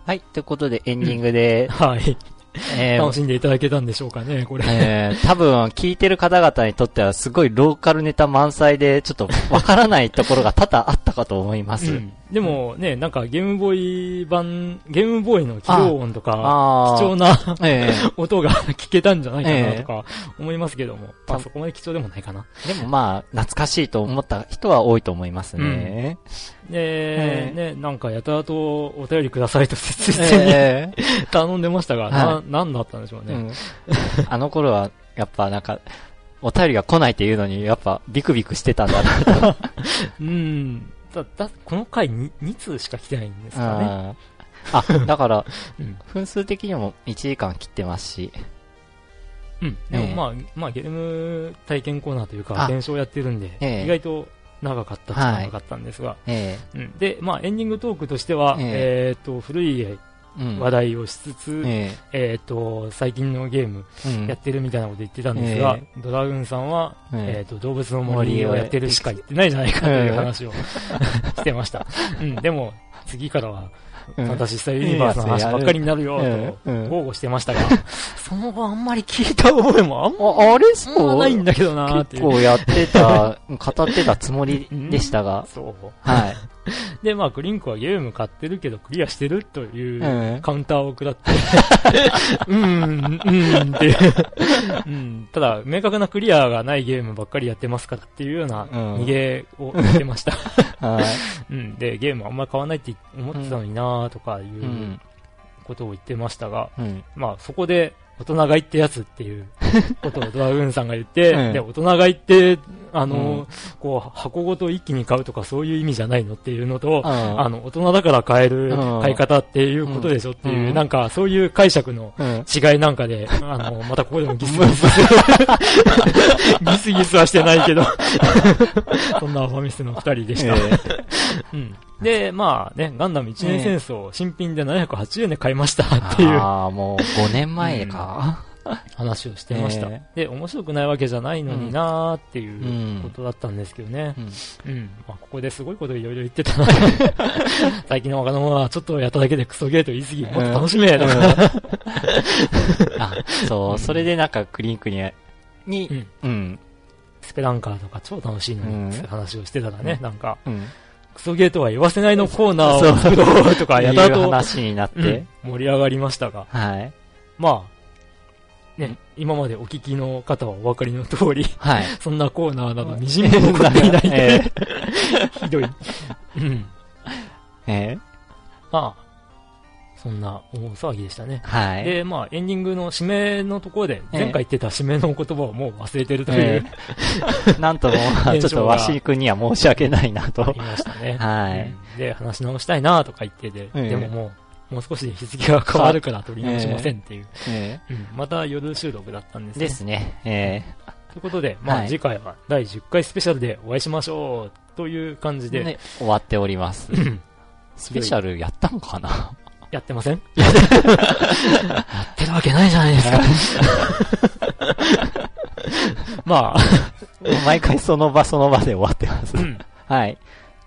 はい。ということで、エンディング で、
はい、
えー
楽しんでいただけたんでしょうかねこれ、
えー多分聞いてる方々にとってはすごいローカルネタ満載でちょっとわからないところが多々あったかと思います。
うんでもね、なんかゲームボーイ版、ゲームボーイの起動音とか、
ああ。
貴重な
え
音が聞けたんじゃないか
え
な
え
とか思いますけども、ま
た
あそこまで貴重でもないかな。
えでもまあ、懐かしいと思った人は多いと思いますね。え
で、
え
ね、なんかやたらとお便りくださいと切実に、
え え
頼んでましたが、
は
な、なんだったんでしょう
う
ね。
んあの頃は、やっぱなんか、お便りが来ないっていうのに、やっぱビクビクしてたんだなと。
うん。だ、だ、この回に2通しか来てないんですか ね。
ああ、だから
うん、
分数的にも1時間切ってますし。
うん。でも
ええ
まあ、まあゲーム体験コーナーというか、
あ
検証やってるんで、
ええ
意外と長かったっちゃ長かったんですが、
え
うんで、まあ、エンディングトークとしては、
ええ
えっ、と、古い
えうん
話題をしつつ、えっ、
え
と、最近のゲーム
えうん
やってるみたいなこと言ってたんですが、
え
ドラグーンさんは、
ええ
えっ、と、動物の森をやってるしか言ってないじゃないかという話を、してました。うん、でも、次からは、
うん
私したユニバースの話ばっかりになるよ、
え
と、
えうん
豪語してましたが、その後あんまり聞いた覚えもあん
あ、あれそ
ま
う
ないんだけどなーってい
結
う。
構やってた、 語ってたつもりでしたが。
そう。
はい。
で、まあ、クリンクはゲーム買ってるけど、クリアしてるという、
うん
カウンターを食ら って、うーん、うーんっていう、うん、ただ、明確なクリアがないゲームばっかりやってますからっていうような
うん
逃げをしてま した。
はい。。
うん、で、ゲームあんまり買わないって思ってたのになーとかいううんことを言ってましたが、
うん。
まあ、そこで、大人買いってやつって いうことをドラグーンさんが言って、
うん
で、大人買いって、あの、
うん
こう、箱ごと一気に買うとかそういう意味じゃないのっていうのと、あ
あ
の、大人だから買える
うん
買い方っていうことでしょっていう、
うん
なんか、そういう解釈の
うん。
違いなんか で、あの、またここでもギスギ ス、ギスギスはしてないけ ど、そんなファミスの二人でした。うんで、まあね、ガンダム一年戦争、新品で780円で買いましたっていう
ああ、もう5年前か。
話をしてました。
え
で、面白くないわけじゃないのになーっていうううんことだったんですけどね。
うん
うん。まあ、ここですごいこといろいろ言って たな。最近の若者はちょっとやっただけでクソゲーと言い過ぎ、もっと楽しめとか。
あ、そう、それでなんかクリンクに、に、うん。
スペランカーとか超楽しいの
うん
に、そういう話をしてたらね、なんか、
うん。
クソゲーとは言わせないのコーナーを作ろうとか、やたら
いう
と、
話になっ
うん
て。
盛り上がりましたが、
はい。
まあ、
う
ね
ん、
今までお聞きの方はお分かりの通り、
はい。
そんなコーナーなどみじんも残ってい ない
え
で、 ひどい。うん。
え。え
まあ、そんな大騒ぎでしたね
え。。はい。
で、まあ、エンディングの締めのところで、
ええ
前回言ってた締めの言葉をもう忘れてるとい
え
う、
えなんとも、ちょっとわしくんには申し訳ないなと
言い。ましたね。
はい。
うんで、話し直したいなとか言ってて、
ええ
でももう、もう少しで日付が変わるから取り直しませんっていう。
え
うんまた夜収録だったんで
え
すね。
ですね。え
ということで、ま
は
あ
い
次回は第10回スペシャルでお会いしましょうという感
え。
じで
で、終わっております。スペシャルやったのかな
やってません やってるわけないじゃないですか。まあ、
毎回その場そ の場で終わってます
ん。
はい。っ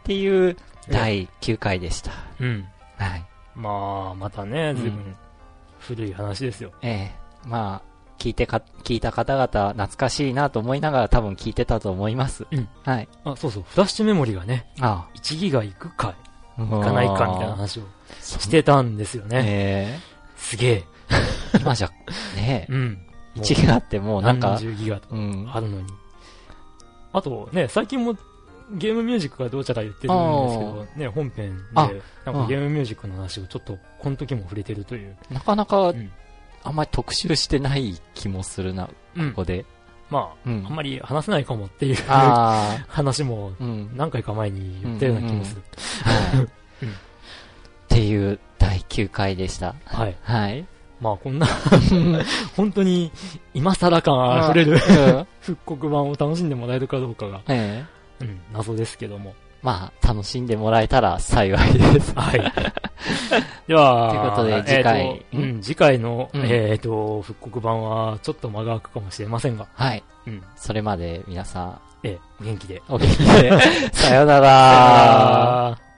ていう第9回でした。
うん。
はい。
まあ、またね、随
うん
分古い話ですよ。
ええまあ、聞いてか、聞いた方々、懐かしいなと思いながら多分聞いてたと思います。
うん
はい。
あ、そうそう、フラッシュメモリがね、
あ
1ギガ行くか
あ。行
行かないかみたいな。話をしてたんですよね。
え
すげえ。
え今じゃ、ね
うん。
え、
もう
1ギガってもうなん
何
か、
十ギガと
うん。
あるのに。あとね、最近もゲームミュージックがどうちゃら言ってるんですけど、ね、本編で、な
あ
んかゲームミュージックの話をちょっと、この時も触れてるという。
なかなか、
うん
あんまり特集してない気もするな、こ
うん。
こで。
ま
う
あ、あん
ん。
まり話せないかもっていう
ああ。
話も
うん。
何回か前に言ったような気もする。
はい。っ
うん
ていう第9回でした。
はい。
はい。
まあこんな、 本当に今更感あふれる
うん
復刻版を楽しんでもらえるかどうかが、
ええ。
うん、謎ですけども。
まあ、楽しんでもらえたら幸いです。
はい。では、
ということで次回
えーとうん、次回の、
うん
えっ、と、復刻版はちょっと間が空くかもしれませんが、
はい。
うん、
それまで皆さん、
えー、元気で。
お聞きで。さよなら。
あー